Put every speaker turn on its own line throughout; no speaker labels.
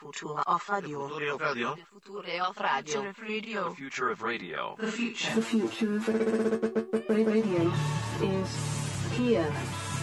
Future of Radio.
Future of radio.
Future
The future of
of Radio.
radio.
The future.
The future of radio is here.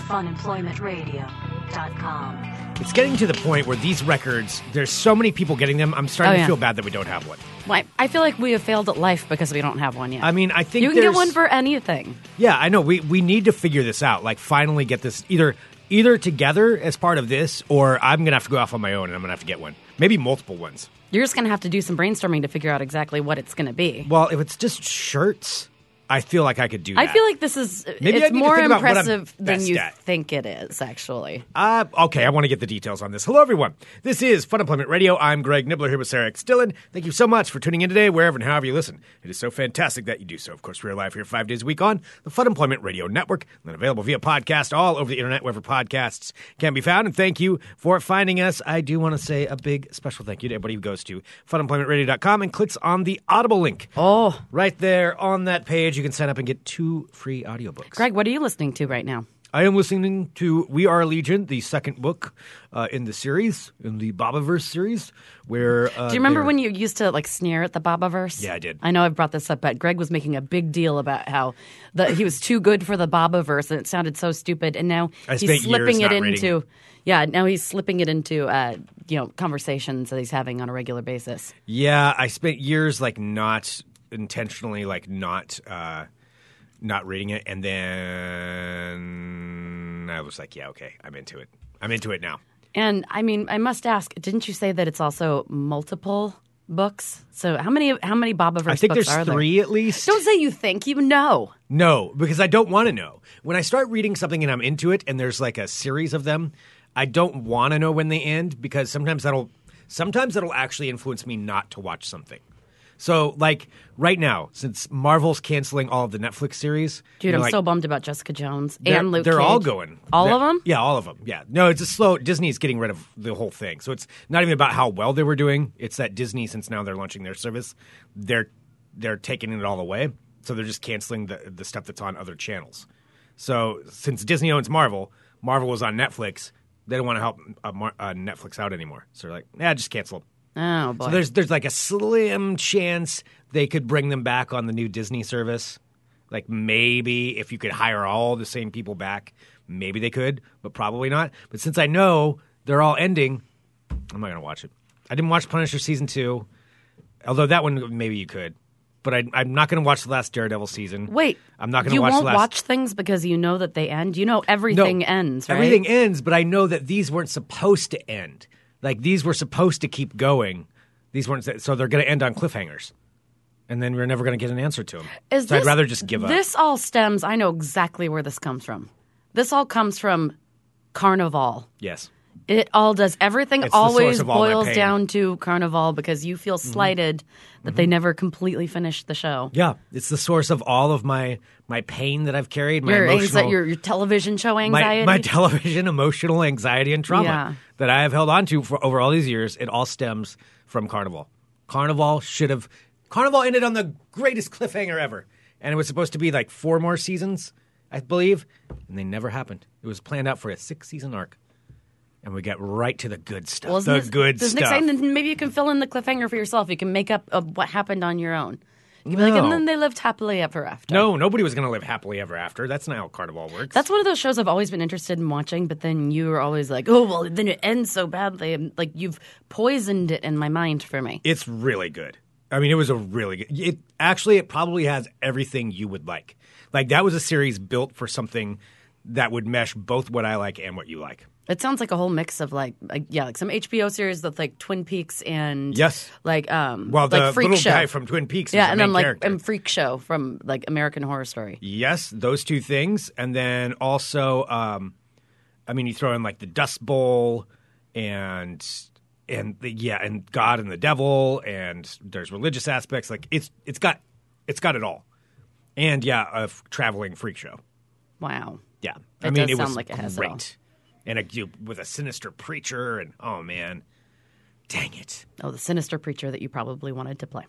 Unemploymentradio.com.
It's getting to the point where these records, there's so many people getting them. I'm starting
Oh, yeah.
to feel bad that we don't have one.
Why- I feel like we have failed at life because we don't have one yet.
I mean, I think
you can get
there's-
one for anything.
Yeah, I know. We we need to figure this out. Like, finally get this either either together as part of this, or I'm gonna have to go off on my own and I'm gonna have to get one. Maybe multiple ones.
You're just going to have to do some brainstorming to figure out exactly what it's going to be.
Well, if it's just shirts, I feel like I could do.
I
that.
feel like this is
Maybe I
it's
need to
more
think about what I'm
impressive than
best
you
at.
think it is actually.
Uh, okay, I want to get the details on this. Hello, everyone. This is Fun Employment Radio. I'm Greg Nibbler here with Sarah X. Dillon. Thank you so much for tuning in today, wherever and however you listen. It is so fantastic that you do so. Of course, we're live here five days a week on the Fun Employment Radio Network, and then available via podcast all over the internet, wherever podcasts can be found. And thank you for finding us. I do want to say a big special thank you to everybody who goes to funemploymentradio.com and clicks on the Audible link.
Oh,
Right there on that page, you can sign up and get two free audiobooks.
Greg, what are you listening to right now?
I am listening to We Are Legion, the second book uh, in the series, in the Bobaverse series, where. Uh,
Do you remember when you used to like sneer at the Bobaverse?
Yeah, I did.
I know I've brought this up, but Greg was making a big deal about how the, he was too good for the Bobaverse, and it sounded so stupid. And now
I
he's
spent years
slipping it
not
into,
reading it.
yeah, now he's slipping it into uh, you know conversations that he's having on a regular basis.
Yeah, I spent years like not intentionally like not uh, not reading it, and then I was like, yeah, okay, I'm into it. I'm into it now.
And I mean, I must ask, didn't you say that it's also multiple books? So how many how many Bobaverse?
I think
books
there's
are there?
three at least.
Don't say you think you know.
No, because I don't want to know. When I start reading something and I'm into it and there's like a series of them, I don't want to know when they end because sometimes that'll sometimes that'll actually influence me not to watch something. So like right now, since Marvel's canceling all of the Netflix series,
Dude,
you know,
I'm
like,
so bummed about Jessica Jones
they're,
and Luke.
They're all
Cage.
going.
All
They're-
of them?
Yeah, all of them. Yeah. No, it's a slow. Disney's getting rid of the whole thing, so it's not even about how well they were doing. It's that Disney, since now they're launching their service, they're they're taking it all away, so they're just canceling the the stuff that's on other channels. So since Disney owns Marvel, Marvel was on Netflix. They don't want to help uh, Mar- uh, Netflix out anymore, so they're like, yeah, just cancel. 'em."
Oh boy.
So there's there's like a slim chance they could bring them back on the new Disney service. Like maybe if you could hire all the same people back, maybe they could, but probably not. But since I know they're all ending, I'm not gonna watch it. I didn't watch Punisher season two, although that one maybe you could. But I, I'm not gonna watch the last Daredevil season.
Wait,
I'm not gonna
you
watch
won't
the last.
watch things because you know that they end. You know everything ends, right?
Everything ends, but I know that these weren't supposed to end. Like these were supposed to keep going. These weren't so they're going to end on cliffhangers, and then we're never going to get an answer to them.
Is
so I'd
this-
rather just give up.
This all stems. I know exactly where this comes from. This all comes from Carnival.
Yes,
It all does. Everything
It's the source
always
of all my
boils
pain. Mm-hmm.
down to Carnival because you feel slighted that they never completely finished the show.
yeah, it's the source of all of my my pain that I've carried. My
Your, anxi-
emotional,
your your television show
my,
anxiety.
my television emotional anxiety and trauma
Yeah.
that I have held on to for over all these years. It all stems from Carnival. Carnival should have Carnival ended on the greatest cliffhanger ever, and it was supposed to be like four more seasons, I believe, and they never happened. It was planned out for a six season arc, and we got right to the good stuff.
Well, isn't
the
this-
good
isn't it
stuff.
exciting? Then Maybe you can fill in the cliffhanger for yourself. You can make up uh, what happened on your own. You can be like,
No.
and then they lived happily ever after.
no, nobody was going to live happily ever after. That's not how Carnival works.
That's one of those shows I've always been interested in watching, but then you were always like, oh, well, then it ends so badly. And, like, you've poisoned it in my mind for me.
It's really good. I mean, it was a really good. It actually, it probably has everything you would like. Like that was a series built for something that would mesh both what I like and what you like.
It sounds like a whole mix of, like, like yeah, like some HBO series that's like Twin Peaks and.
Yes.
Like, um,
Well, the
like Freak
little
Show.
guy from Twin Peaks.
yeah,
is the
and
main
then like
character.
and Freak Show from like American Horror Story.
yes, those two things, and then also, um, I mean, you throw in like the Dust Bowl and and the, yeah, and God and the Devil, and there's religious aspects. Like it's it's got it's got it all, and yeah, a f- traveling freak show.
Wow.
Yeah,
It
I mean,
does
it
sound
was
like it has it all.
great, and a, you- with a sinister preacher, and oh man, dang it!
Oh, the sinister preacher that you probably wanted to play.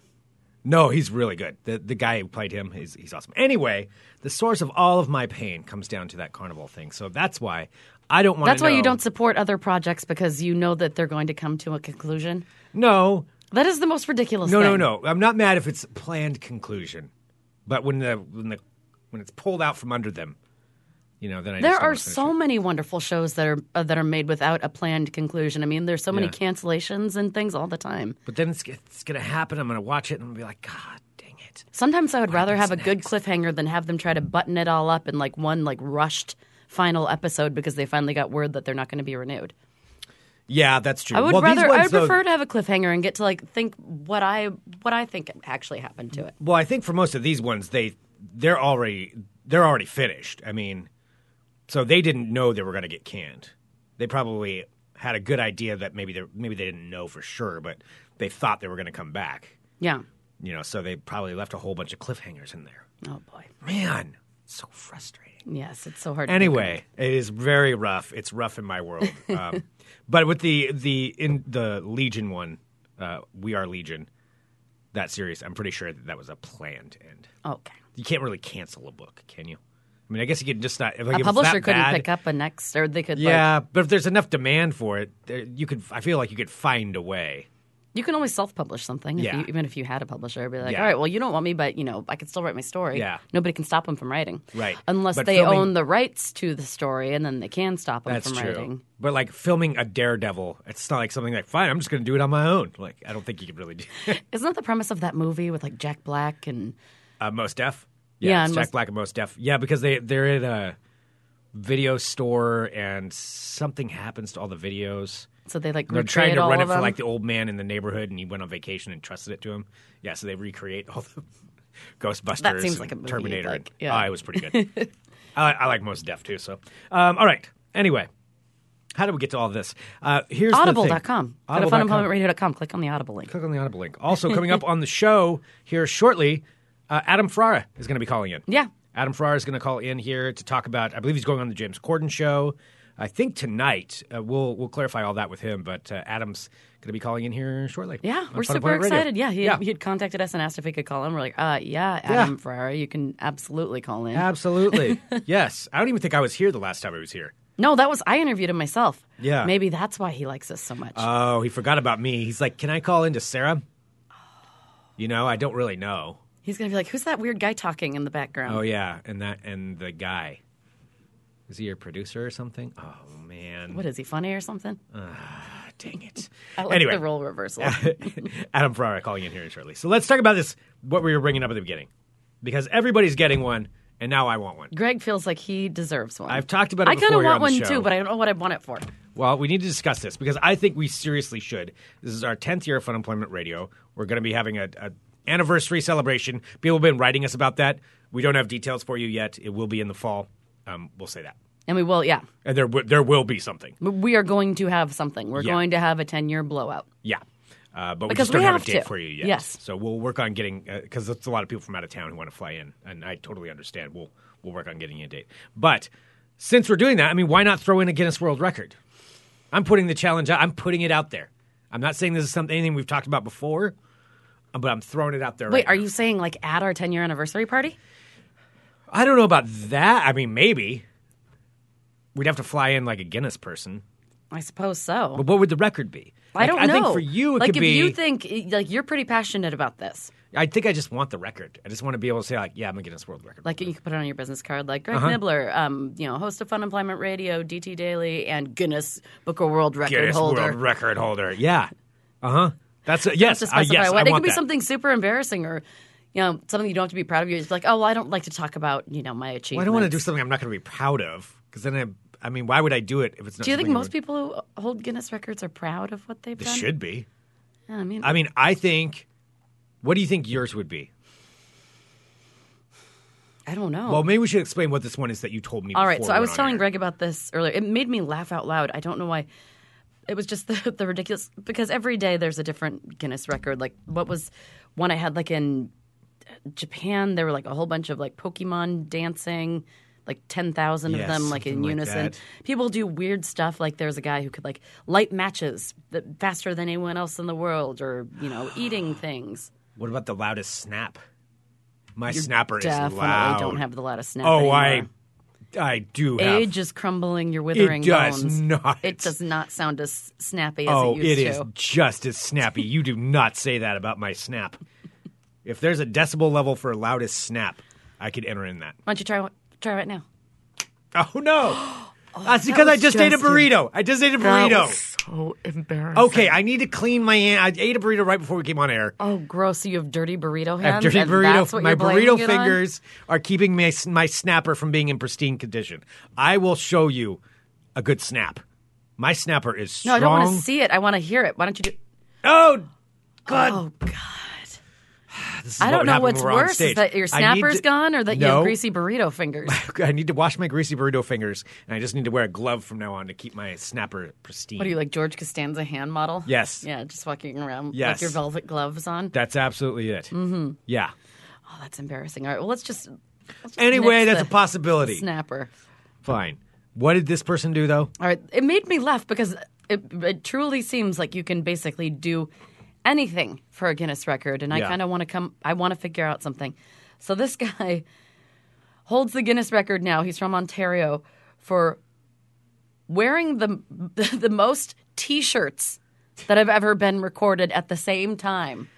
No, he's really good. The the guy who played him, he's he's awesome. Anyway, the source of all of my pain comes down to that carnival thing, so that's why I don't want.
That's why you don't support other projects because you know that they're going to come to a conclusion.
No,
That is the most ridiculous
no,
thing.
no, no. I'm not mad if it's planned conclusion, but when the when the when it's pulled out from under them, you know, then I
There
just don't
are
wanna finish
so
it.
many wonderful shows that are uh, that are made without a planned conclusion. I mean, there's so many
Yeah.
cancellations and things all the time.
But then it's it's gonna happen. I'm gonna watch it and I'm gonna be like, God dang it.
Sometimes I would rather have a
happens
good cliffhanger than have them try to button it all up in like one like rushed final episode because they finally got word that they're not going to be renewed.
Yeah, that's true.
I would
well, these
rather I
ones,
would
though-
prefer to have a cliffhanger and get to like think what I what I think actually happened to it.
Well, I think for most of these ones, they they're already they're already finished. I mean, so they didn't know they were going to get canned. They probably had a good idea that maybe they maybe they didn't know for sure, but they thought they were going to come back.
Yeah.
You know, so they probably left a whole bunch of cliffhangers in there.
Oh boy.
Man, so frustrating.
Yes, it's so hard. to
Anyway, it is very rough. It's rough in my world. Um, but with the the in the Legion one, uh, we are Legion. That series, I'm pretty sure that that was a planned end.
pick. Okay.
You can't really cancel a book, can you? I mean, I guess you could just not. Like, if
A
it's
publisher
that
couldn't
bad-
pick up a next or they could like
Yeah, but if there's enough demand for it, there, you could. I feel like you could find a way.
You can always self-publish something, if
Yeah.
you, even if you had a publisher. Be like,
Yeah.
all right, well, you don't want me, but you know, I can still write my story.
Yeah.
nobody can stop them from writing,
Right.
Unless
But
they
filming-
own the rights to the story, and then they can stop them
That's
from
true.
writing.
But like filming a Daredevil, it's not like something like, fine, I'm just going to do it on my own. Like, I don't think you could really do.
Isn't that the premise of that movie with like Jack Black and
Uh, Most Def.
Yeah,
it's
and
Jack
Mos-
Black and Most Def. Yeah, because they they're at a video store and something happens to all the videos.
so they like
They're trying
recreate
to
all
run it
of
for
them?
like the old man in the neighborhood, and he went on vacation and trusted it to him. Yeah, so they recreate all the Ghostbusters,
That seems
and
like a movie you'd
Terminator.
like,
and-
yeah.
oh, it was pretty good. I, I like most deaf too. So, um, all right. Anyway, how do we get to all this? Uh, here's The thing.
Audible.com. Go to
Audible.com.
funemploymentradio.com. Click on the Audible link.
Click on the Audible link. Also coming up on the show here shortly, uh, Adam Ferrara is going to be calling in.
Yeah.
Adam Ferrara is going to call in here to talk about. I believe he's going on the James Corden show. I think tonight uh, we'll we'll clarify all that with him. But uh, Adam's going to be calling in here shortly.
Yeah,
on
we're
Fun
super
Employment Radio.
excited. Yeah, he,
yeah,
he had contacted us and asked if we could call him. We're like, uh, yeah, Adam Ferrara, you can absolutely call in.
absolutely. yes, I don't even think I was here the last time he was here.
no, that was I interviewed him myself.
Yeah.
maybe that's why he likes us so much.
Oh, he forgot about me. He's like, "Can I call into Sarah?"
Oh.
You know, I don't really know.
He's gonna be like, "Who's that weird guy talking in the background?"
Oh yeah, and that and the guy. Is he your producer or something? Oh man.
What is he funny or something?
Dang it.
I like
anyway,
the role reversal.
Adam Ferrara calling in here shortly. So let's talk about this what we were bringing up at the beginning. Because everybody's getting one and now I want one.
Greg feels like he deserves one.
I've talked about it
I kinda
before here
want
on the
one
show.
too, but I don't know what I want it for.
Well, we need to discuss this because I think we seriously should. This is our 10th year of Fun Employment Radio. We're going to be having a, a anniversary celebration. People have been writing us about that. We don't have details for you yet. It will be in the fall. Um, we'll say that.
And we will, yeah.
And there w- there will be something.
We are going to have something. We're
Yeah.
going to have a ten-year blowout.
Yeah. Uh, but
Because
we just don't
we
have,
have
a date
to.
for you yet.
Yes.
So we'll work on getting because that's a lot of people from out of town who want to fly in, and I totally understand. We'll we'll work on getting you a date. But since we're doing that, I mean, why not throw in a Guinness World Record? I'm putting the challenge out. I'm putting it out there. I'm not saying this is something anything we've talked about before, uh, but I'm throwing it out there.
Wait,
right
are
now.
you saying like at our ten-year anniversary party?
I don't know about that. I mean, maybe we'd have to fly in like a Guinness person.
I suppose so.
But what would the record be?
I
Like,
don't
I
know.
think for you, it
like
could
if
be
you think eh, like you're pretty passionate about this,
I think I just want the record. I just want to be able to say like, yeah, I'm a Guinness World Record.
like you can put it on your business card, like
Uh-huh.
Greg Nibbler, um, you know, host of Fun Employment Radio, DT Daily, and Guinness Book of World Record
Guinness
holder.
World Record holder. Yeah. Uh huh. That's a, yes.
to
uh,
specify
yes.
what.
I
it
want
could be
that.
something super embarrassing or you know something you don't have to be proud of. You're just like, oh, well, I don't like to talk about you know my achievements.
Well, I don't want to do something I'm not going to be proud of because then I, I mean, why would I do it if it's not?
Do you think
something I
most
would-
people who hold Guinness records are proud of what they've
They
done?
should be.
Yeah, I mean,
I mean, I think. What do you think yours would be?
I don't know.
Well, maybe we should explain what this one is that you told me.
All right,
before
so I
we
was
went on
telling
air.
Greg about this earlier. It made me laugh out loud. I don't know why. It was just the, the ridiculous because every day there's a different Guinness record. Like what was one I had like in Japan? There were like a whole bunch of like Pokemon dancing, like ten thousand
Yes,
of them, like in
something like
unison.
that.
People do weird stuff. Like there's a guy who could like light matches th- faster than anyone else in the world, or you know, eating things.
What about the loudest snap? My snapper is
Definitely
loud.
don't have the loudest snap.
oh,
anymore.
I I do have.
Age is crumbling your withering
does
bones.
not.
It does not sound as snappy as
oh,
it used
it is
to.
just as snappy. You do not say that about my snap. If there's a decibel level for loudest snap, I could enter in that.
Why don't you try try right now?
Oh no! That's because I
was
just ate a
just a-
burrito. I just ate a burrito.
That was so embarrassing.
Okay, I need to clean my hand. I ate a burrito right before we came on air.
Oh, gross. So you have dirty burrito hands?
I have dirty
and That's
burrito.
what
My
you're
burrito
blaming it on?
fingers are keeping my my snapper from being in pristine condition. I will show you a good snap. My snapper is
No, I
strong.
don't want to see it. I want to hear it. Why don't you do.
Oh, God!
Oh, God.
This is
I
what would
don't know
happen when
what's
we're on
worse
stage.
is that your
I need
snapper's
to-
gone or that you
No.
have greasy burrito fingers.
I need to wash my greasy burrito fingers, and I just need to wear a glove from now on to keep my snapper pristine.
What are you like, George Costanza hand model?
Yes.
Yeah, just walking around
Yes.
with your velvet gloves on.
That's absolutely it. Mm-hmm. Yeah.
oh, that's embarrassing. All right, well, let's just. let's just
Anyway,
nix
that's a
the
possibility.
Snapper.
Fine. What did this person do though?
All right, it made me laugh because it, it truly seems like you can basically do anything for a Guinness record, and I
Yeah.
kind of want to come. I want to figure out something. So this guy holds the Guinness record now. He's from Ontario for wearing the the most t-shirts that have ever been recorded at the same time.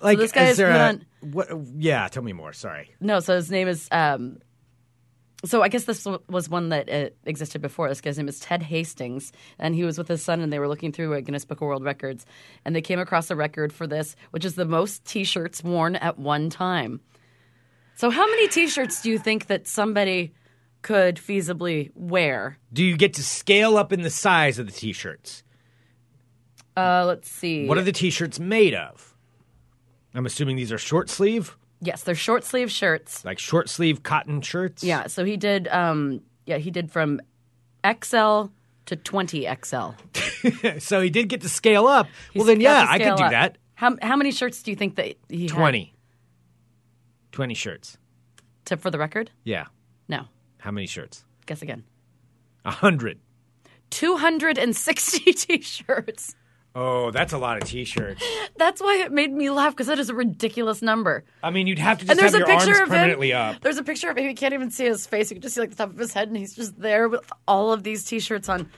Like
this guy
is
has
there
put
a-
on-
what, yeah, tell me more. Sorry.
No, so his name is. Um, so I guess this w- was one that uh, existed before. This guy's name is Ted Hastings, and he was with his son, and they were looking through a Guinness Book of World Records, and they came across a record for this, which is the most T-shirts worn at one time. So, how many T-shirts do you think that somebody could feasibly wear?
Do you get to scale up in the size of the t-shirts?
Uh, let's see.
What are the t-shirts made of? I'm assuming these are short sleeve,
yes, they're short sleeve shirts.
like short sleeve cotton shirts.
Yeah. So he did. Um, yeah, he did from XL to twenty XL.
So he did get to scale up. well,
He's
then
got
yeah,
to
I could
scale
do
up.
that.
How how many shirts do you think that he had?
20. 20 shirts.
to for the record?
Yeah.
No,
How many shirts?
guess again.
A hundred.
Two hundred and sixty t-shirts.
Oh, that's a lot of t-shirts.
That's why it made me laugh because that is a ridiculous number.
I mean, you'd have to
And
just
there's
have
a
your arms
picture of
permanently
him.
up.
There's a picture of him. You can't even see his face. You can just see like the top of his head, and he's just there with all of these t-shirts on. 'Cause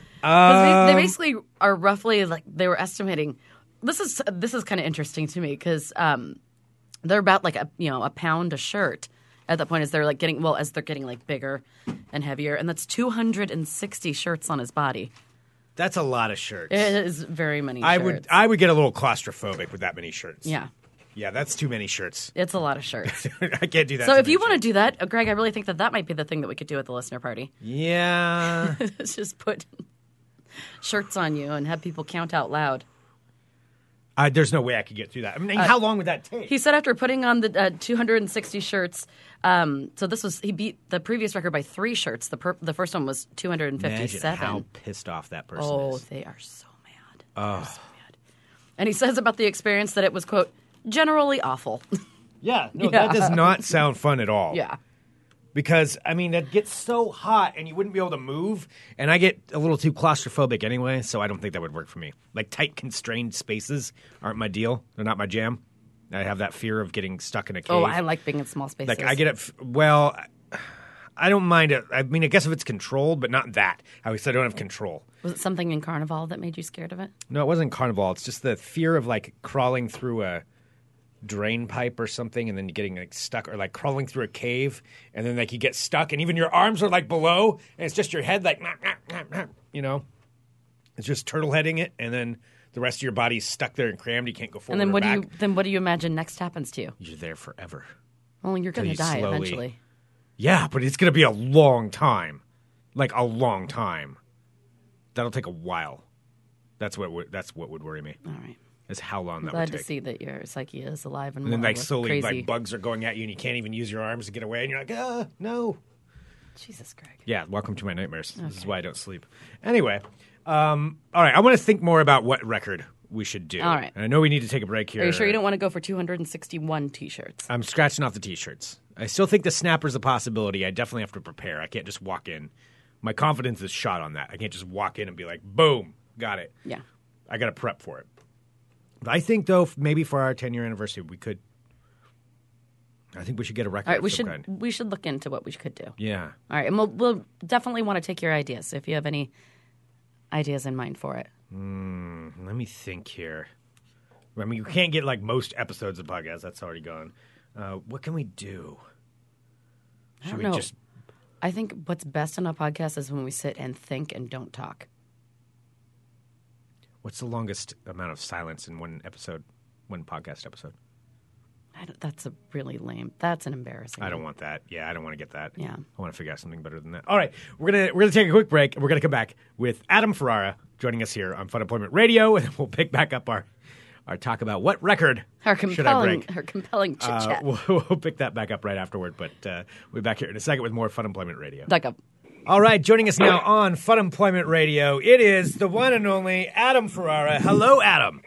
they, they
Um,
basically are roughly like they were estimating. This is this is kind of interesting to me because um, they're about like a you know a pound a shirt at that point as they're like getting well as they're getting like bigger and heavier, and that's 260 shirts on his body.
That's a lot of shirts.
It is very many.
I
shirts.
would I would get a little claustrophobic with that many shirts.
yeah,
Yeah, that's too many shirts.
it's a lot of shirts.
I can't do that.
so if you want to do that, uh, Greg, I really think that that might be the thing that we could do at the listener party.
Yeah.
Let's just put shirts on you and have people count out loud.
I, there's no way I could get through that. I mean,
Uh,
how long would that take?
He said after putting on the uh, 260 shirts, um, so this was he beat the previous record by three shirts. The per- the first one was 257.
Imagine how pissed off that person
Oh,
is.
they are so mad. They're so mad. And he says about the experience that it was quote generally awful.
Yeah, no, that
Yeah.
does not sound fun at all.
yeah.
Because I mean, that gets so hot and you wouldn't be able to move, and I get a little too claustrophobic anyway, so I don't think that would work for me. Like tight constrained spaces aren't my deal. They're not my jam. I have that fear of getting stuck in a cave.
Oh, I like being in small spaces.
Like I get up. Well, I- I don't mind it. I mean, I guess if it's controlled, but not that. I always said I don't have control.
Was it something in Carnival that made you scared of it?
No, it wasn't carnival. It's just the fear of like crawling through a drain pipe or something, and then getting like stuck, or like crawling through a cave, and then like you get stuck, and even your arms are like below, and it's just your head like, "Nah, nah, nah, nah," you know, it's just turtle heading it, and then the rest of your body's stuck there and crammed. You can't go
And
forward.
then
or
what
back.
do you then what do you imagine next happens to you?
You're there forever.
Well, you're going
you
to die
slowly-
eventually.
Yeah, but it's going to be a long time. Like a long time. That'll take a while. That's what would, that's what would worry me.
All right.
Is how long that
Glad
would
to
take.
see that your psyche is alive and,
and then
well
like
with
slowly
crazy.
like bugs are going at you and you can't even use your arms to get away and you're like, "Uh, no."
Jesus, Greg.
Yeah, welcome to my nightmares. This is why I don't sleep. Anyway, um, all right, I want to think more about what record we should do.
All right.
And I know we need to take a break here.
Are you sure you don't want to go for 261 t-shirts?
I'm scratching off the t-shirts. I still think the snapper's a possibility. I definitely have to prepare. I can't just walk in. My confidence is shot on that. I can't just walk in and be like, "Boom, got it."
Yeah.
I got to prep for it. But I think though, f- maybe for our 10-year anniversary, we could I think we should get a record.
All right, we
of some
should
kind.
we should look into what we could do.
Yeah.
All right, and we'll, we'll definitely want to take your ideas. So if you have any ideas in mind for it,
Let me think here. I mean, you can't get like most episodes of podcasts. That's already gone. Uh, what can we do?
I
Should
don't
we
know.
just?
I think what's best on a podcast is when we sit and think and don't talk.
What's the longest amount of silence in one episode, one podcast episode?
I don't- that's a really lame. That's an embarrassing.
I don't want that. Yeah, I don't want to get that.
Yeah.
I want to figure out something better than that. All right, we're gonna we're gonna take a quick break. and We're gonna come back with Adam Ferrara joining us here on Fun Employment Radio, and we'll pick back up our our talk about what record
her
should I
compelling
break.
her compelling chit
Uh,
chat.
we'll, we'll pick that back up right afterward, but uh, we'll be back here in a second with more Fun Employment Radio.
like a
All right, joining us now on Fun Employment Radio, it is the one and only Adam Ferrara. Hello, Adam.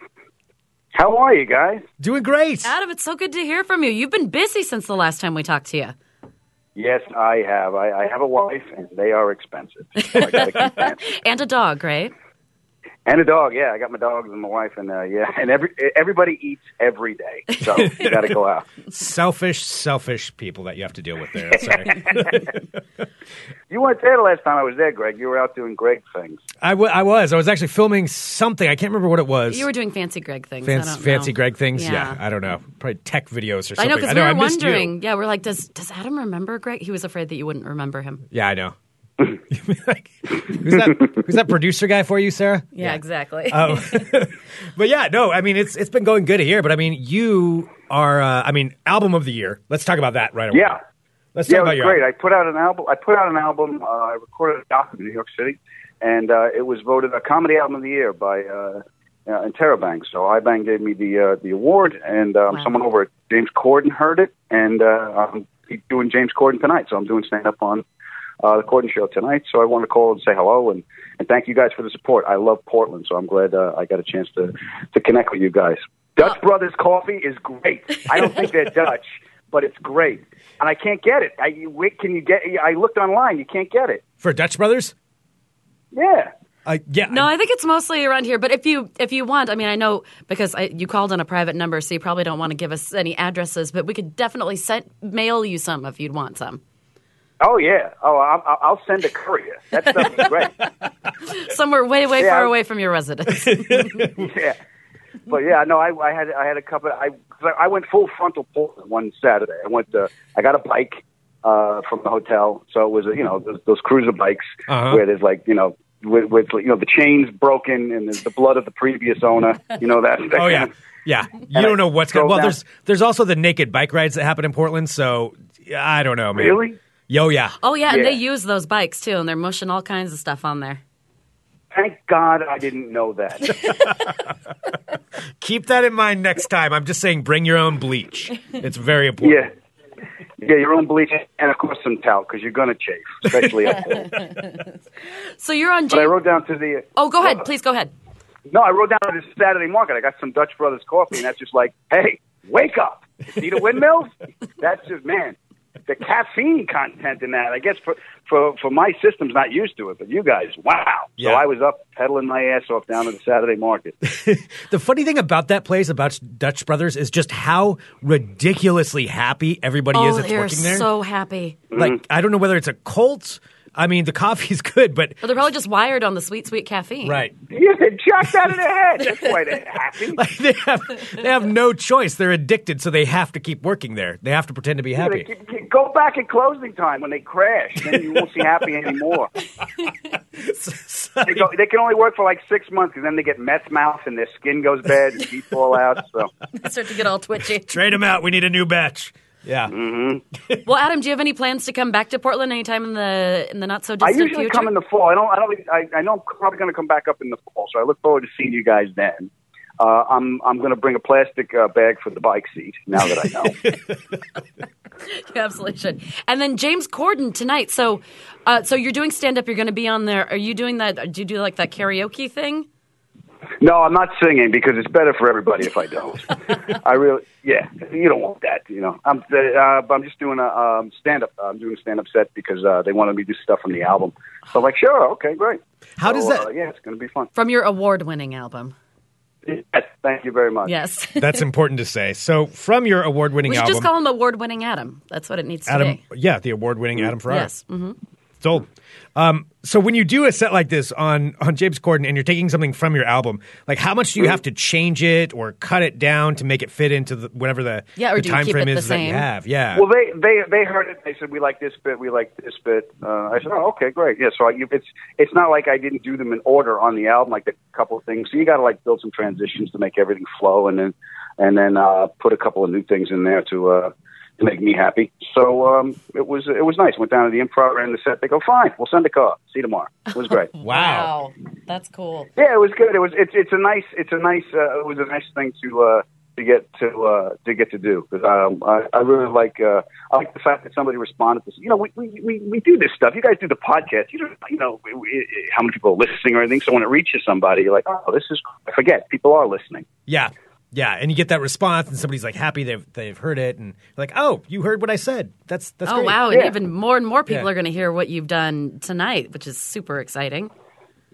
How are you guys?
Doing great.
Adam, it's so good to hear from you. You've been busy since the last time we talked to you.
Yes, I have. I, I have a wife, and they are expensive. So I gotta keep that.
And a dog, right?
and a dog. Yeah, I got my dogs and my wife, and uh, yeah, and every everybody eats every day, so you got to go out.
Selfish, selfish people that you have to deal with there. I'm Sorry.
You weren't there the last time I was there, Greg. You were out doing Greg things.
I, w- I was. I was actually filming something. I can't remember what it was.
You were doing fancy Greg things. I
Fancy,
don't know.
fancy Greg things? Yeah.
Yeah.
I don't know. Probably tech videos or something.
I know because we were
missed you.
wondering. Yeah, we're like, does does Adam remember Greg? He was afraid that you wouldn't remember him.
Yeah, I know. Like, who's, that, who's that producer guy for you, Sarah?
Yeah, exactly.
Oh. But yeah, no, I mean it's it's been going good here. But I mean, you are, uh, I mean, album of the year. Let's talk about that right away.
Yeah.
let's talk
Yeah, it
about
was
your
great.
album.
I put out an album. I put out an album. Uh, I recorded a doc in New York City, and uh, it was voted a comedy album of the year by uh, uh, Interrobang. So iBang gave me the uh, the award, and um,
Wow.
someone over at James Corden heard it, and uh, I'm doing James Corden tonight. So I'm doing stand up on uh, the Corden show tonight. So I want to call and say hello and, and thank you guys for the support. I love Portland, so I'm glad uh, I got a chance to to connect with you guys. Dutch Brothers Coffee is great. I don't think they're Dutch, but it's great, and I can't get it. I you, wait, can you get? I looked online. You can't get it.
for Dutch Brothers.
Yeah.
Uh, yeah,
No, I think it's mostly around here. But if you if you want, I mean, I know because I, you called on a private number, so you probably don't want to give us any addresses. But we could definitely send mail you some if you'd want some.
Oh yeah. Oh, I, I- I'll send a courier. That stuff is great.
Somewhere way way
Yeah,
far
I-
away from your residence.
yeah. But yeah, no, I, I had I had a couple. I 'cause I went full frontal Portland one Saturday. I went to I got a bike uh, from the hotel, so it was you know those, those cruiser bikes
Uh-huh.
where there's like you know with, with you know the chains broken and there's the blood of the previous owner. You know that. that
Oh yeah,
kind of-
yeah. You
I
don't know what's going.
drove
Well,
down-
there's there's also the naked bike rides that happen in Portland. So I don't know, man.
Really?
Yo, yeah.
oh yeah, and
Yeah.
they use those bikes too, and they're mushing all kinds of stuff on there.
Thank God I didn't know that.
Keep that in mind next time. I'm just saying, bring your own bleach. It's very important.
yeah. Yeah, your own bleach and of course some talc because you're gonna chafe, especially up there.
So you're on.
But I
Jan-
rode down to the
oh, go ahead, please go ahead.
No, I rode down to this Saturday market. I got some Dutch Brothers coffee, and that's just like, hey, wake up. See the windmills? That's just, man, the caffeine content in that. I guess for, for, for my system's not used to it, but you guys, wow.
Yeah.
So I was up pedaling my ass off down to the Saturday market.
The funny thing about that place, about Dutch Brothers, is just how ridiculously happy everybody is
Oh,
that's
they're
working there.
so happy.
Mm-hmm.
Like, I don't know whether it's a cult. I mean, the coffee's good, but
But they're probably just wired on the sweet, sweet caffeine.
right,
yeah, they jacked out of their head. That's why they're happy.
they have they have no choice. They're addicted, so they have to keep working there. They have to pretend to be
They
happy.
g- g- Go back at closing time when they crash, then you won't see happy anymore. They, go, they can only work for like six months, and then they get meth mouth, and their skin goes bad, and teeth fall out. So
They start to get all twitchy.
Trade them out. We need a new batch. Yeah.
Mm. well, Adam, do you have any plans to come back to Portland anytime in the in the not so
I
distant
usually
future?
come in the fall. I don't. I don't. I, I know I'm probably going to come back up in the fall, so I look forward to seeing you guys then. Uh, I'm I'm going to bring a plastic uh, bag for the bike seat. Now that I know,
You absolutely should. And then James Corden tonight. So, uh, so you're doing stand up. You're going to be on there. Are you doing that? Do you do like that karaoke thing?
no, I'm not singing because it's better for everybody if I don't. I really, yeah, you don't want that, you know. I'm uh, uh, but I'm just doing a um, stand up. I'm doing a stand up set because uh, they wanted me to do stuff from the album. So I'm like, sure, okay, great.
How
So,
does that-
Uh, yeah, it's going to be fun.
From your award winning album.
Yes, thank you very much.
Yes.
That's important to say. So, from your award-winning
we should
album,
just call him award-winning Adam. That's what it needs to
Adam,
be.
yeah, the award-winning Adam Ferrara.
Yes. hmm
Sold. Um, so when you do a set like this on on James Corden and you're taking something from your album, like how much do you have to change it or cut it down to make it fit into the, whatever the,
Yeah, or
the
do you
time
keep
frame
it the
is that you
same?
have? Yeah.
Well, they they they heard it. They said we like this bit, we like this bit. Uh, I said, oh, okay, great. Yeah. So I, you, it's it's not like I didn't do them in order on the album, like a couple of things. So you got to like build some transitions to make everything flow, and then and then uh, put a couple of new things in there to uh, to make me happy. So um, it was it was nice. Went down to the improv, ran the set. They go, fine, we'll send a car. See you tomorrow. It was great.
Wow.
That's cool.
Yeah, it was good. It was it's it's a nice it's a nice uh, it was a nice thing to uh, to get to uh, to get to do because um, I, I really like uh, I like the fact that somebody responded to you know we we, we we do this stuff. You guys do the podcast. You don't you know we, we, how many people are listening or anything. So when it reaches somebody, you're like, oh, this is I forget people are listening.
yeah. Yeah, and you get that response, and somebody's like happy they've they've heard it, and like, oh, you heard what I said. That's that's
Oh
great.
wow! And
Yeah.
even more and more people
Yeah.
are going to hear what you've done tonight, which is super exciting.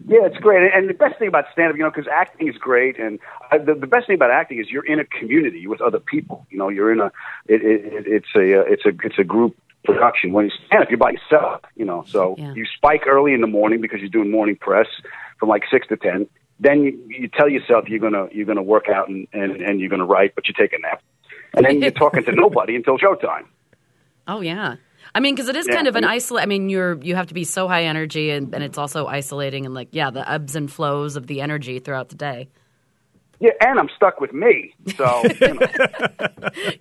Yeah, it's great. And the best thing about stand up, you know, because acting is great. And uh, the, the best thing about acting is you're in a community with other people. You know, you're in a, it, it, it, it's a, uh, it's a, it's a group production. When you stand up, you're by yourself, you know. So
Yeah.
you spike early in the morning because you're doing morning press from like six to 10. Then you, you tell yourself you're going to, you're going to work out and, and, and you're going to write, but you take a nap. And then you're talking to nobody until showtime.
Oh yeah. I mean, because it is
Yeah.
kind of an isolate. I mean, you're you have to be so high energy, and, and it's also isolating, and like yeah, the ebbs and flows of the energy throughout the day.
Yeah, and I'm stuck with me. So, you know.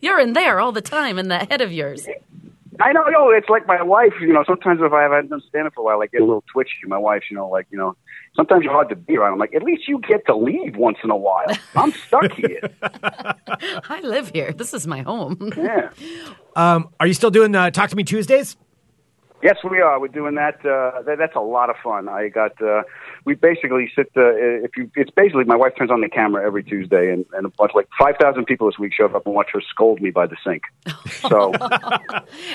You're in there all the time in that head of yours.
I know, no, it's like my wife, you know, sometimes if I haven't done stand up for a while, I get a little twitchy. My wife's, you know, like, you know, sometimes you're hard to be around. I'm like, at least you get to leave once in a while. I'm stuck here.
I live here. This is my home.
Yeah.
Um, are you still doing uh, Talk to Me Tuesdays?
Yes, we are. We're doing that. Uh, that that's a lot of fun. I got. Uh, we basically sit. Uh, if you, it's basically my wife turns on the camera every Tuesday, and, and a bunch like five thousand people this week showed up and watched her scold me by the sink. So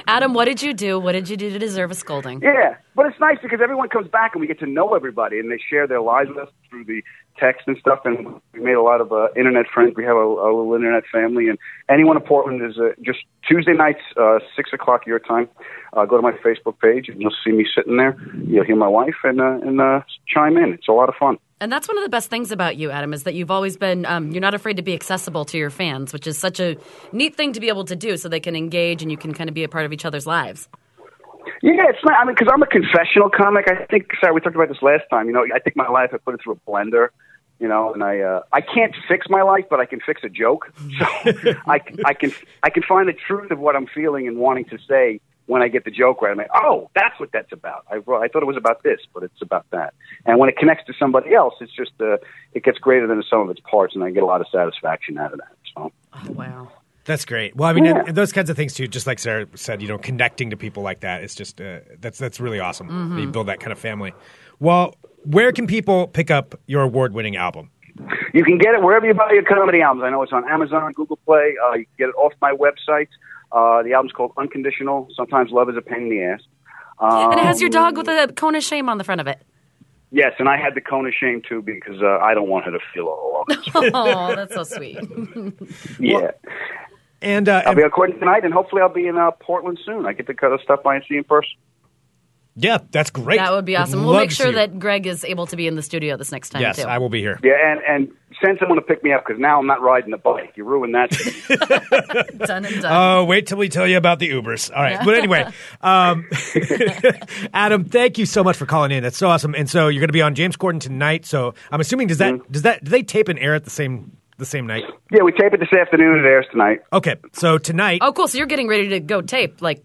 Adam, what did you do? What did you do to deserve a scolding?
Yeah, but it's nice because everyone comes back and we get to know everybody, and they share their lives with us through the text and stuff. And we made a lot of uh, internet friends. We have a, a little internet family, and anyone in Portland is uh, just Tuesday nights, uh, six o'clock your time. Uh, go to my Facebook page, and you'll see me sitting there. You'll hear my wife, and uh, and uh, chime in. It's a lot of fun.
And that's one of the best things about you, Adam, is that you've always been, um, you're not afraid to be accessible to your fans, which is such a neat thing to be able to do so they can engage and you can kind of be a part of each other's lives.
Yeah, it's not. I mean, because I'm a confessional comic. I think. Sorry, we talked about this last time. You know, I think my life I put it through a blender. You know, and I uh, I can't fix my life, but I can fix a joke. So I I can I can find the truth of what I'm feeling and wanting to say when I get the joke right. I'm like, oh, that's what that's about. I wrote- I thought it was about this, but it's about that. And when it connects to somebody else, it's just uh, it gets greater than the sum of its parts, and I get a lot of satisfaction out of that. So.
Oh, wow.
That's great. Well, I mean,
Yeah.
and those kinds of things too. Just like Sarah said, you know, connecting to people like that is just uh, that's that's really awesome.
Mm-hmm.
that You build that kind of family. Well, where can people pick up your award-winning album?
You can get it wherever you buy your comedy albums. I know it's on Amazon, Google Play. Uh, you can get it off my website. Uh, the album's called Unconditional. Sometimes love is a pain in the ass. Um,
and it has your dog with a cone of shame on the front of it.
Yes, and I had the cone of shame too because uh, I don't want her to feel all alone.
Oh, that's so sweet.
yeah,
And, uh,
I'll
and-
be recording tonight, and hopefully I'll be in uh, Portland soon. I get to cut of stuff by and see you in person.
yeah, that's great.
That would be awesome.
Would
we'll
love
make
to
sure
see you.
that Greg is able to be in the studio this next time,
Yes,
too.
I will be here.
Yeah, and and send someone to pick me up because now I'm not riding the bike. You ruined that. for me.
Done and done.
Oh, wait till we tell you about the Ubers. All right, but anyway, um, Adam, thank you so much for calling in. That's so awesome. And so you're going to be on James Corden tonight. So I'm assuming does that
Mm-hmm.
does that do they tape and air at the same the same night?
yeah, we tape it this afternoon. It airs tonight.
Okay, so tonight.
oh, cool. So you're getting ready to go tape. Like,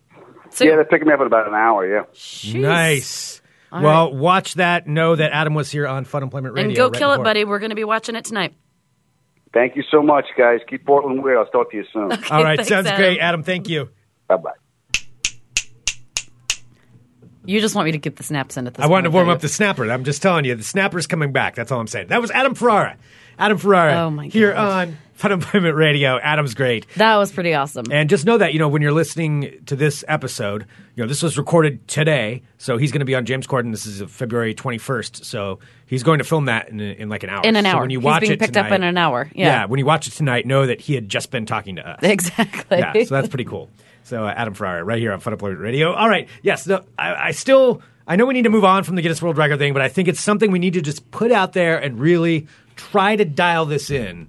so
Yeah, they're picking me up in about an hour. Yeah.
Jeez.
Nice.
All
well, watch that. Know that Adam was here on Fun Employment Radio.
And go
right
kill it,
before.
buddy. We're going to be watching it tonight.
Thank you so much, guys. Keep Portland weird. I'll talk to you soon.
All right,
Thanks,
sounds
Adam.
great, Adam. Thank you.
bye bye.
You just want me to get the snaps in at this
I wanted to
point,
warm
don't
up
you?
the snapper. I'm just telling you, the snapper's coming back. That's all I'm saying. That was Adam Ferrara. Adam Ferrara.
Oh, my
Here
God.
on Fun Employment Radio. Adam's great.
That was pretty awesome.
And just know that, you know, when you're listening to this episode, you know, this was recorded today. So he's going to be on James Corden. This is February 21st. So he's going to film that in, in like an hour.
In an
So
hour.
when you
He's
watch
being
it
picked up
tonight-
in an hour. Yeah.
Yeah. When you watch it tonight, know that he had just been talking to us.
exactly.
Yeah, so that's pretty cool. So uh, Adam Ferrara, right here on Fun Employment Radio. All right, yes, no, I, I still, I know we need to move on from the Guinness World Record thing, but I think it's something we need to just put out there and really try to dial this in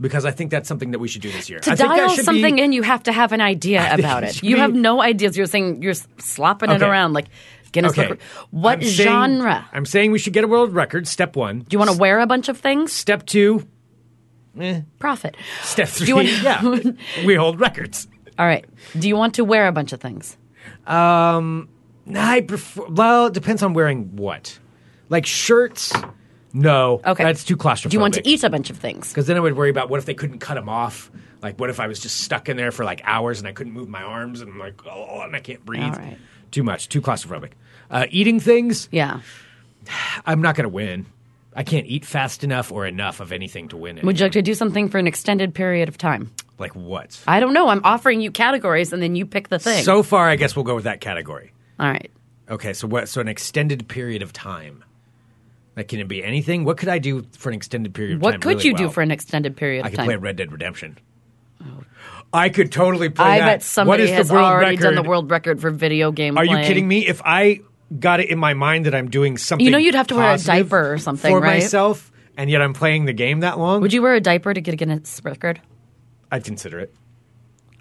because I think that's something that we should do this year.
to
I think that
dial
should be-
something in, you have to have an idea
think
about
it
it.
should
You
be-
have no ideas. You're saying you're s- slopping it
Okay.
around like Guinness
okay,
Book. What
I'm saying-
genre?
I'm saying we should get a world record. Step one.
Do you want to wear a bunch of things?
Step two.
Profit.
Step
Do
three.
you wanna-
yeah, we hold records.
All right. Do you want to wear a bunch of things?
I prefer. Well, it depends on wearing what. Like shirts. No.
Okay.
That's too claustrophobic.
Do you want to eat a bunch of things?
Because then I would worry about what if they couldn't cut them off. Like, what if I was just stuck in there for like hours and I couldn't move my arms and I'm like, oh, and I can't breathe.
All right.
Too much. Too claustrophobic. Uh, eating things.
Yeah.
I'm not going to win. I can't eat fast enough or enough of anything to win.
Would
It.
you like to do something for an extended period of time?
Like what?
I don't know. I'm offering you categories and then you pick the thing.
So far, I guess we'll go with that category.
All right.
Okay, so what? So an extended period of time. Like, can it be anything? What could I do for an extended period of time?
What could
really
you do
well?
for an extended period
I
of
could
time? Oh.
play Red Dead Redemption. I could totally play
I
that.
bet
what
somebody
is the
has
world
already done the
record?
world record for video game
Are you
playing.
kidding me? If I got it in my mind that I'm doing something,
You know you'd have to wear a
positive
diaper or something,
for
right?
myself, and yet I'm playing the game that long.
Would you wear a diaper to get a Guinness record?
I'd consider it.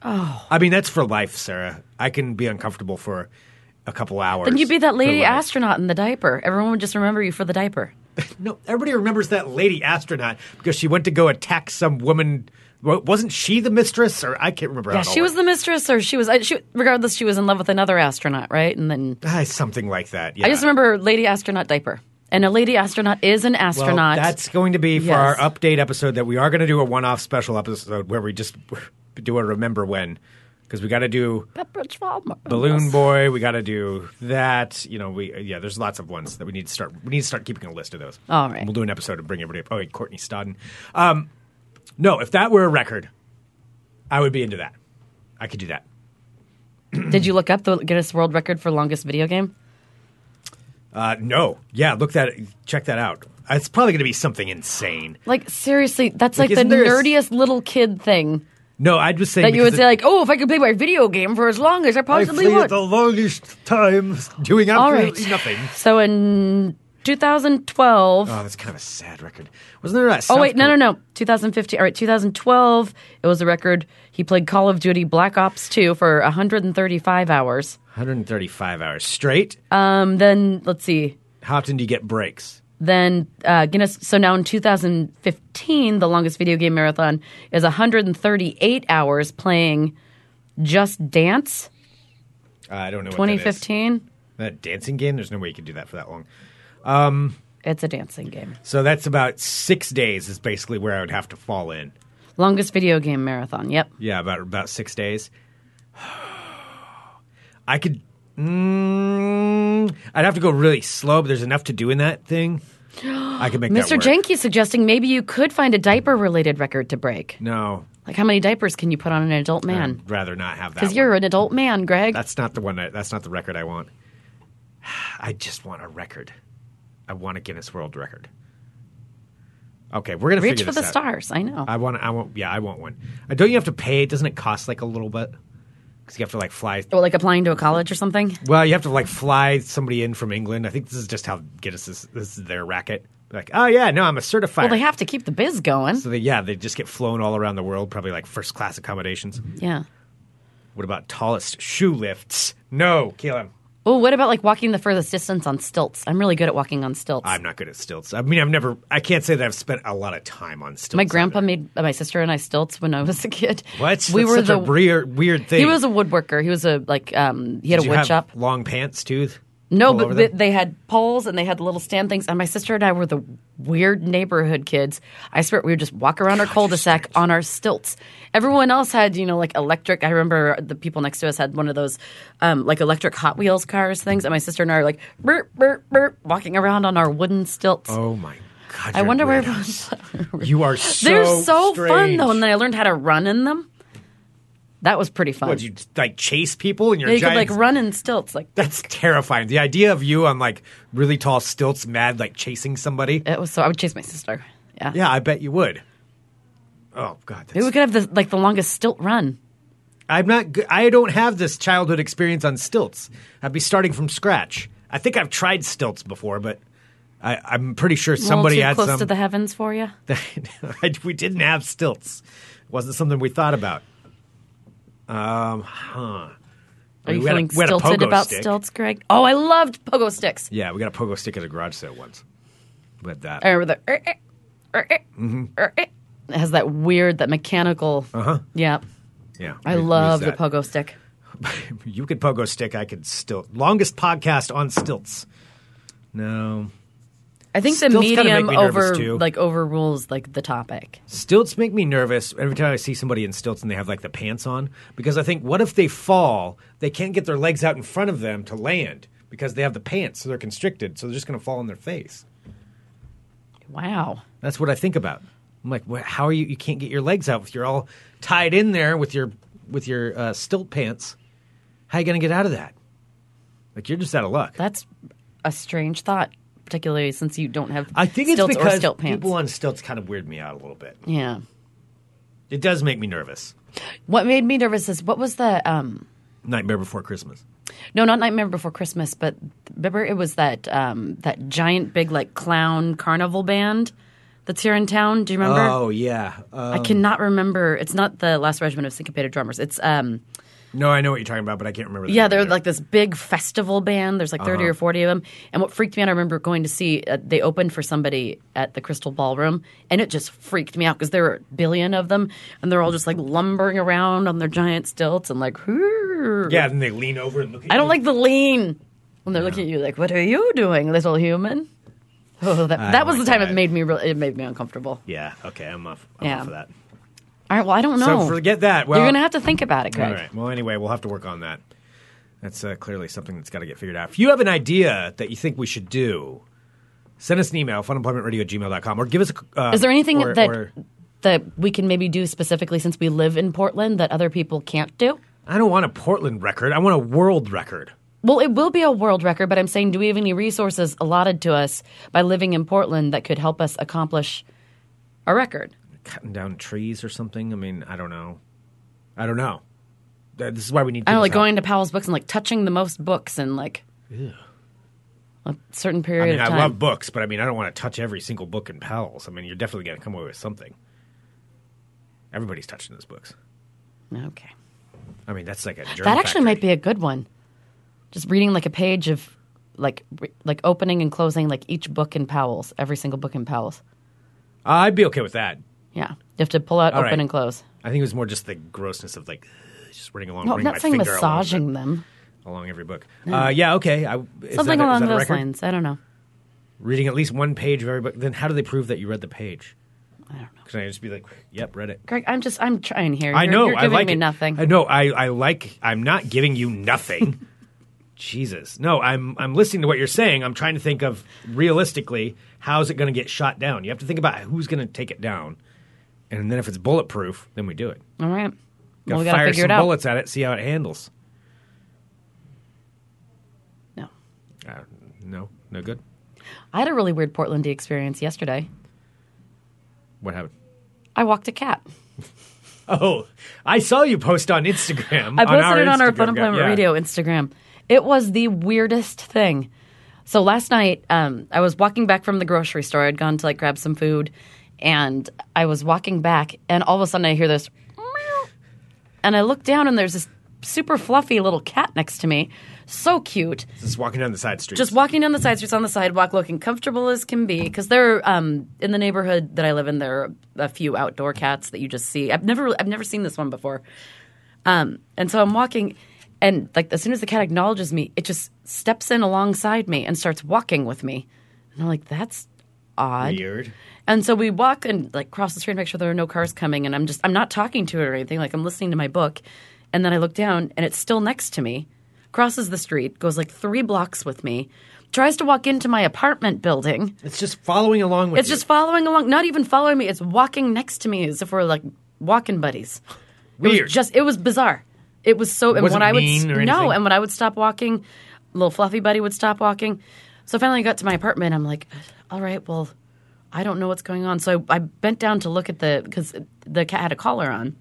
Oh, I mean that's for life, Sarah. I can be uncomfortable for a couple hours.
Then you'd be
for
that lady
life.
astronaut in the diaper. Everyone would just remember you for the diaper.
No, everybody remembers that lady astronaut because she went to go attack some woman. wa- Wasn't she the mistress? Or I can't remember.
Yeah, she was the mistress, or she was. I- She, regardless, she was in love with another astronaut, right? And then
ah, something like that. Yeah.
I just remember lady astronaut diaper. And a lady astronaut is an
Well,
astronaut.
that's going to be for our
Yes.
update episode that we are going to do a one-off special episode where we just do a remember when because we got to do
Pepperidge Farm.
balloon boy we got to do that you know we yeah there's lots of ones that we need to start we need to start keeping a list of those
All right.
we'll do an episode and bring everybody up oh wait, courtney stodden um, no if that were a record i would be into that i could do that
Did you look up the Guinness World Record for longest video game?
uh, no yeah look that check that out it's probably going to be something insane
Like seriously, that's like,
Like,
the
isn't there a s-
nerdiest little kid thing
no i'd just say
that you would
because
say
it-
like, "Oh, if I could play my video game for as long as I possibly
played it
would."
the longest time doing
All
absolutely
right.
nothing.
So in 2012,
Oh, that's kind of a sad record. Wasn't there that?
Oh wait, no, no, no. 2015. All right, 2012. It was a record. He played Call of Duty Black Ops 2 for 135 hours.
135 hours straight.
Um, then let's see.
How often do you get breaks?
Then uh, Guinness. So now in 2015, the longest video game marathon is 138 hours playing Just Dance
Uh, I don't know. what that is.
2015.
That dancing game. There's no way you could do that for that long.
It's a dancing game.
So that's about six days. Is basically where I would have to fall in.
Longest video game marathon. Yep.
Yeah, about about six days. I could. Mm, I'd have to go really slow, but there's enough to do in that thing. I could make
Mr.
that work.
Janke suggesting maybe you could find a diaper related record to break.
No,
Like how many diapers can you put on an adult man?
I'd rather not have Um, that.
Because
one.
you're an adult man, Greg.
That's not the one. I, that's not the record I want. I just want a record. I want a Guinness World Record. Okay, we're gonna
Reach
figure Uh,
for the
this out.
stars. I know.
I want. I want. Yeah, I want one. Uh, don't you have to pay? Doesn't it cost like a little bit? Because you have to like fly.
well, like applying to a college or something.
Well, you have to like fly somebody in from England. I think this is just how Guinness is. This is their racket. Like, oh yeah, no, I'm a certifier.
Well, they have to keep the biz going.
So they, yeah, they just get flown all around the world, probably like first class accommodations.
yeah.
What about tallest shoe lifts? No, kill him.
Oh, what about like walking the furthest distance on stilts? I'm really good at walking on stilts.
I'm not good at stilts. I mean, I've never. I can't say that I've spent a lot of time on stilts.
my grandpa made uh, my sister and I stilts when I was a kid.
What?
We
That's
were
such
the
a weird, weird thing.
He was a woodworker. He was a like um he had
Did
a
you
wood
have
shop.
Long pants, too.
No,
all
but
over
they,
them?
they had poles and they had the little stand things. And my sister and I were the weird neighborhood kids. I swear, we would just walk around our cul-de-sac on our stilts. Everyone else had, you know, like electric. I remember the people next to us had one of those, um, like electric Hot Wheels cars things. And my sister and I are like, burp, burp, burp, walking around on our wooden stilts.
Oh my god!
I
you're
wonder where
weirdos.
everyone's.
you are. So
They're so fun
strange.
though, and then I learned how to run in them. That was pretty fun.
What, you like chase people in your
Yeah, you could
giant?
like run in stilts. Like
That's terrifying. The idea of you on like really tall stilts, mad, like chasing somebody.
it was so. I would chase my sister. Yeah.
Yeah, I bet you would. Oh god,
Maybe we
that's,
could have the like the longest stilt run.
I'm not. good- I don't have this childhood experience on stilts. I'd be starting from scratch. I think I've tried stilts before, but I, I'm pretty sure somebody
a little too
had
close
some.
to the heavens for you.
I- we didn't have stilts. It wasn't something we thought about. Um, huh.
Are
We
you
had a-
feeling
we had a
stilted
pogo
about
stick.
stilts, Greg? Oh, I loved pogo sticks.
Yeah, we got a pogo stick at a garage sale once. But that.
I remember the. er, er, er,
Mm-hmm.
er, er. It has that weird, that mechanical. Uh huh. Yeah,
yeah,
I
we- we
loved the
used Uh-huh. that.
pogo stick.
You could pogo stick. I could stilt. Longest podcast on stilts. No,
I think the
Stilts kinda make
medium
me nervous,
over
too.
like overrules like the topic.
stilts make me nervous every time I see somebody in stilts and they have like the pants on because I think, what if they fall? They can't get their legs out in front of them to land because they have the pants, so they're constricted, so they're just going to fall on their face.
Wow.
That's what I think about. I'm like, what, how are you? You can't get your legs out. If you're all tied in there with your with your uh, stilt pants, how you going to get out of that? Like you're just out of luck.
That's a strange thought, particularly since you don't have
I think it's
stilts or
because
stilt pants.
people on stilts kind of weird me out a little bit.
yeah.
It does make me nervous.
What made me nervous is what was the um
Nightmare Before Christmas.
no not Nightmare Before Christmas, but remember it was that um that giant big like clown carnival band that's here in town. Do you remember?
Oh yeah. Uh,
I cannot remember. It's not the Last Regiment of Syncopated Drummers. It's um
no, I know what you're talking about, but I can't remember. the
Yeah,
name
they're
either.
like this big festival band. There's like
Uh-huh.
30 or 40 of them. And what freaked me out, I remember going to see, uh, they opened for somebody at the Crystal Ballroom, and it just freaked me out because there were a billion of them, and they're all just like lumbering around on their giant stilts and like, "Hurr."
yeah. Then they lean over and look. At
I don't
you.
like the lean. When they're looking at you like, what are you doing, little human? Oh, that, that
don't
was the
like
time
that.
it made me really, it made me uncomfortable.
Yeah. Okay. I'm off. I'm
Yeah.
off of that.
All right, well, I don't know.
So forget that. Well,
You're gonna have to think about it, Greg.
All right. Well, anyway, we'll have to work on that. That's uh, clearly something that's got to get figured out. If you have an idea that you think we should do, send us an email, funemploymentradio at gmail.com, or give us a. Uh,
Is there anything
or-
that
or-
that we can maybe do specifically since we live in Portland that other people can't do?
I don't want a Portland record. I want a world record.
Well, it will be a world record, but I'm saying, do we have any resources allotted to us by living in Portland that could help us accomplish a record?
Cutting down trees or something. I mean, I don't know. I don't know. Th- This is why we need.
I don't know, like
people's
going to Powell's Books and like touching the most books in like a certain period
help. I
of
mean,
time.
I love books, but I mean, I don't want to touch every single book in Powell's. I mean, you're definitely going to come away with something. Everybody's touching those books.
okay,
I mean, that's like a germ
that actually
factory.
might be a good one. Just reading like a page of like re- like opening and closing like each book in Powell's, every single book in Powell's.
I'd be okay with that.
Yeah, you have to pull out,
All
open,
right.
and close.
I think it was more just the grossness of like just running along.
No, I'm
running my
not saying
finger along
massaging
the-
them.
along, every book. Uh, yeah, okay. I, is
Something
that a- is
along
that a
those
record?
lines. I don't know.
Reading at least one page of every book. Then how do they prove that you read the page?
I don't know.
Can I just be like, "Yep, read it."
Greg, I'm just I'm trying here.
I
You're-
know.
You're
I
giving
like
me
it.
nothing.
I know. I, I like. I'm not giving you nothing. Jesus. No. I'm. I'm listening to what you're saying. I'm trying to think of realistically how's it going to get shot down. You have to think about who's going to take it down, and then if it's bulletproof, then we do it.
All right.
Gotta
Well, we gotta
fire
figure
some
it out.
bullets at it. See how it handles.
No.
Uh, no, no good.
I had a really weird Portlandy experience yesterday.
What happened?
I walked a cat.
Oh, I saw you post on Instagram.
I posted
our
it on our
Instagram account.
Fun Employment
Yeah.
Radio Instagram. It was the weirdest thing. So last night, um, I was walking back from the grocery store. I'd gone to like grab some food, and I was walking back, and all of a sudden I hear this, meow. and I look down, and there's this super fluffy little cat next to me, so cute.
Just walking down the side street.
just walking down the side streets on the sidewalk, looking comfortable as can be, because there, are, um, in the neighborhood that I live in, there are a few outdoor cats that you just see. I've never, I've never seen this one before, um, and so I'm walking, And like as soon as the cat acknowledges me, it just steps in alongside me and starts walking with me. And I'm like, that's odd.
Weird.
And so we walk and like cross the street, make sure there are no cars coming. And I'm just I'm not talking to it or anything. Like I'm listening to my book, and then I look down and it's still next to me. Crosses the street, goes like three blocks with me, tries to walk into my apartment building.
It's just following along with
It's
you.
just following along, not even following me. It's walking next to me as if we're like walking buddies. It
weird.
was just it was bizarre. It was so. And
Was
when
it
I would
mean
s-
or
no,
anything?
and when I would stop walking, little fluffy buddy would stop walking. So finally, I got to my apartment. I'm like, all right, well, I don't know what's going on. So I bent down to look at the because the cat had a collar on.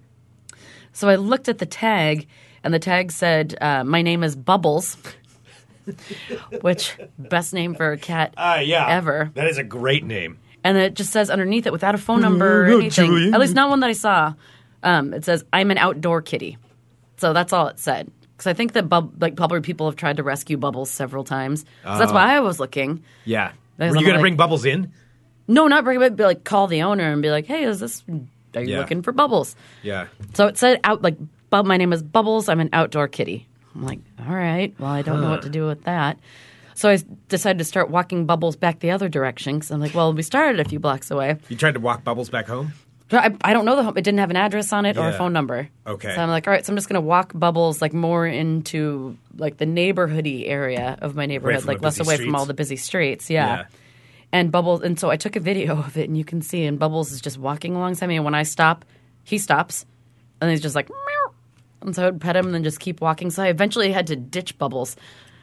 So I looked at the tag, and the tag said, uh, "My name is Bubbles," which best name for a cat
Ah, yeah.
ever
That is a great name.
and it just says underneath it without a phone number or
no,
anything.
Julian.
At least not one that I saw. Um, it says I'm an outdoor kitty, so that's all it said. Because I think that bub- like probably people have tried to rescue Bubbles several times, so that's why I was looking.
Yeah. Were
There's
you
some,
going to
like-
bring Bubbles in?
No, not bring it, but like call the owner and be like, "Hey, is this? Are you
Yeah.
looking for Bubbles?"
Yeah.
So it said out like, "Bub, my name is Bubbles. I'm an outdoor kitty." I'm like, "All right, well, I don't know what to do with that." So I s- decided to start walking Bubbles back the other direction because I'm like, "Well, we started a few blocks away."
You tried to walk Bubbles back home?
I, I don't know the home. It didn't have an address on it or a
Yeah.
phone number.
Okay.
So I'm like, all right, so I'm just going to walk Bubbles like more into like the neighborhoody area of my neighborhood,
from
like
the
less
busy
away
streets.
from all the busy streets. Yeah.
Yeah.
And Bubbles, and so I took a video of it, and you can see, and Bubbles is just walking alongside me. And when I stop, he stops, and he's just like, meow. And so I would pet him and then just keep walking. So I eventually had to ditch Bubbles.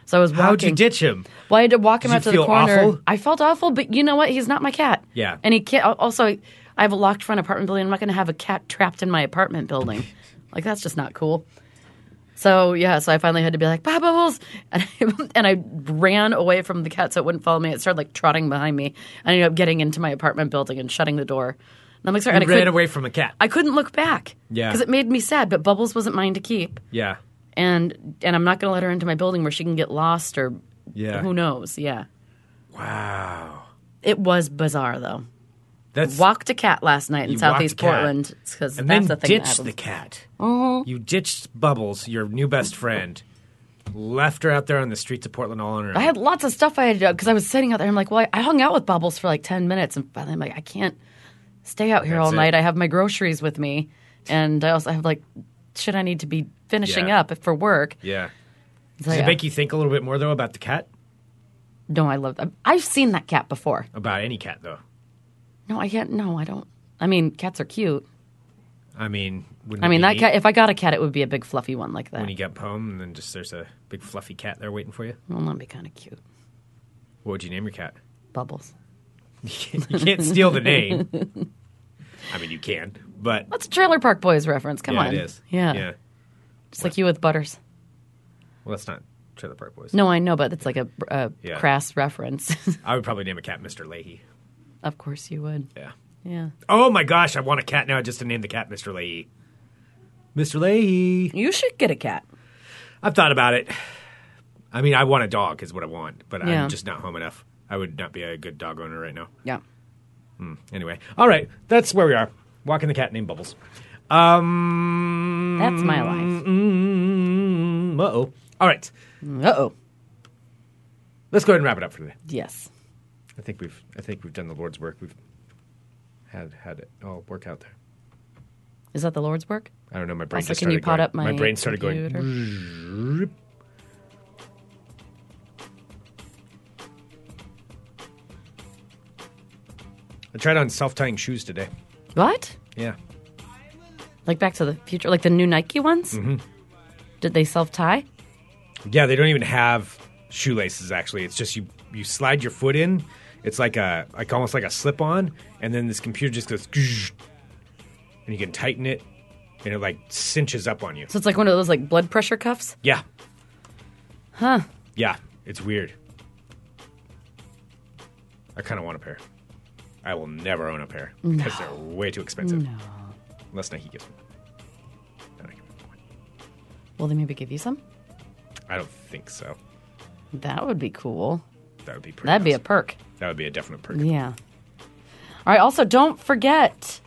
So I was walking.
How'd you ditch him?
Well, I had to walk him
Did
out
you
to the
feel
corner.
awful?
I felt awful, but you know what? He's not my cat.
Yeah.
And he can't. al- Also, I have a locked front apartment building. I'm not going to have a cat trapped in my apartment building. like that's just not cool. So yeah, so I finally had to be like, "Bye, Bubbles," and I, and I ran away from the cat so it wouldn't follow me. It started like trotting behind me. I ended up getting into my apartment building and shutting the door. And I'm like, sorry, and I
Ran
couldn't,
away from a cat.
I couldn't look back.
Yeah.
Because it made me sad. But Bubbles wasn't mine to keep
yeah.
and and I'm not going to let her into my building where she can get lost or
Yeah.
who knows. Yeah,
Wow.
it was bizarre though.
That's
Walked a cat last night in
You walked a
Southeast
cat.
Portland because
and then
that's the thing that
ditched
happens. Uh-huh.
the cat. You ditched Bubbles, your new best friend, left her out there on the streets of Portland all on her own.
I had lots of stuff I had to do because I was sitting out there. I'm like, well, I hung out with Bubbles for like ten minutes, and finally I'm like, I can't stay out here
That's
all
it.
night. I have my groceries with me, and I also have like shit I need to be finishing
Yeah.
up for work.
yeah.
So,
Does
Oh, yeah.
it make you think a little bit more though about the cat?
no, I love that. I've seen that cat before.
About any cat though?
No, I can't. No, I don't. I mean, cats are cute.
I mean, wouldn't
I
it
mean,
be
that
neat
cat. If I got a cat, it would be a big fluffy one like that.
when you get home and then just there's a big fluffy cat there waiting for you.
Well, that'd be kind of cute.
What would you name your cat?
Bubbles.
You can't steal the name. I mean, you can, but
That's a Trailer Park Boys reference. Come
yeah,
on.
it is.
Yeah.
yeah.
It's like you with Butters.
Well, that's not Trailer Park Boys.
No, I know, but it's like a, a
Yeah.
crass reference.
I would probably name a cat Mr. Leahy.
of course you would.
Yeah.
Yeah.
Oh my gosh, I want a cat now just to name the cat Mr. Leahy. Mr. Leahy.
You should get a cat.
I've thought about it. I mean, I want a dog is what I want, but
Yeah.
I'm just not home enough. I would not be a good dog owner right now.
Yeah.
Anyway, all right, that's where we are. Walking the cat named Bubbles. Um,
That's my life.
mm, uh-oh. All right,
Uh oh.
let's go ahead and wrap it up for today.
Yes.
I think we've I think we've done the Lord's work. We've had had it all work out there.
Is that the Lord's work?
I don't know. My brain
also,
just
can
started
you pot
going-
up my
my brain started going. Mm-hmm.
computer?
I tried on self tying shoes today.
What?
Yeah.
Like Back to the Future? Like the new Nike ones? Mm-hmm. Did they self tie?
Yeah, they don't even have shoelaces. Actually, it's just you you slide your foot in. It's like a like almost like a slip on, and then this computer just goes, "Gzz," and you can tighten it, and it like cinches up on you.
So it's like one of those like blood pressure cuffs?
Yeah. Huh. Yeah, it's weird. I kind of want a pair. I will never own a pair because they're way too expensive.
No.
Unless Nike gives one. Then I can have one.
Will they maybe give you some?
I don't think so.
That would be cool.
That would be pretty.
That'd be a
awesome.
perk.
that would be a definite perk.
Yeah. All right. Also, don't forget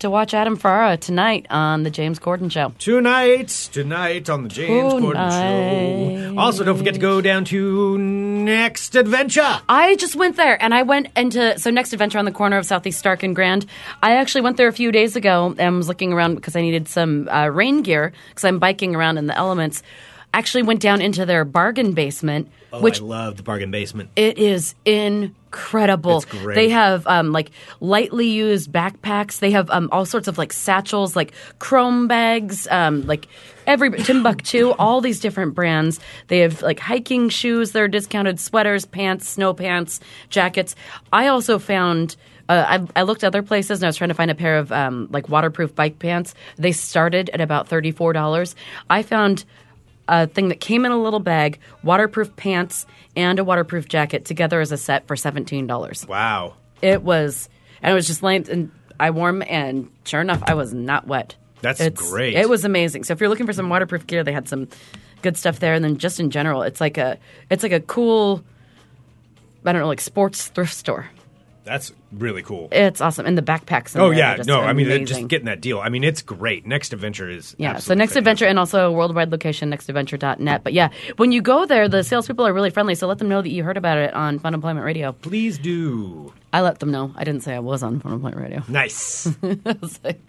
to watch Adam Farah tonight on the James Corden Show.
Tonight, tonight on the James Corden Show.
Tonight.
Also, don't forget to go down to Next Adventure.
I just went there and I went into so next adventure on the corner of Southeast Stark and Grand. I actually went there a few days ago and was looking around because I needed some uh, rain gear because I'm biking around in the elements. Actually went down into their bargain basement, which
Oh, I love the bargain basement.
it is incredible.
It's great.
They have um, like lightly used backpacks. They have um, all sorts of like satchels, like chrome bags, um, like every Timbuktu, all these different brands. They have like hiking shoes. They're discounted sweaters, pants, snow pants, jackets. I also found. Uh, I, I looked other places and I was trying to find a pair of um, like waterproof bike pants. They started at about thirty four dollars. I found a thing that came in a little bag, waterproof pants, and a waterproof jacket together as a set for seventeen dollars.
Wow.
It was, and it was just laying, and I warm, and sure enough, I was not wet.
That's great.
It was amazing. So if you're looking for some waterproof gear, they had some good stuff there, and then just in general, it's like a, it's like a cool, I don't know, like sports thrift store.
That's really cool.
It's awesome, and the backpacks. In
Oh
there are
yeah,
just
no, I mean it-
amazing.
just getting that deal. I mean it's great. Next Adventure is
Yeah. So
absolutely
next adventure
fantastic.
and also a worldwide location, nextadventure.net. But yeah, when you go there, the salespeople are really friendly. So let them know that you heard about it on Fun Employment Radio.
Please do.
I let them know. I didn't say I was on Fun Employment Radio.
Nice.
I was like,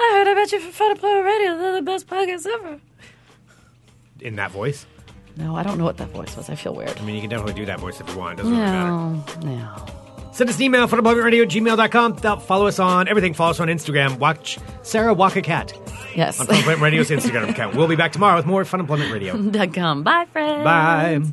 I heard about you from Fun Employment Radio. They're the best podcast ever.
In that voice.
No, I don't know what that voice was. I feel weird.
I mean you can definitely do that voice if you want. It doesn't really matter.
No, no.
Send us an email, funemploymentradio at gmail.com. Th- Follow us on everything. Follow us on Instagram. Watch Sarah walk a cat
Yes.
on Fun Employment Radio's Instagram account. We'll be back tomorrow with more Fun Employment Radio.
Dot com. Bye, friends.
Bye.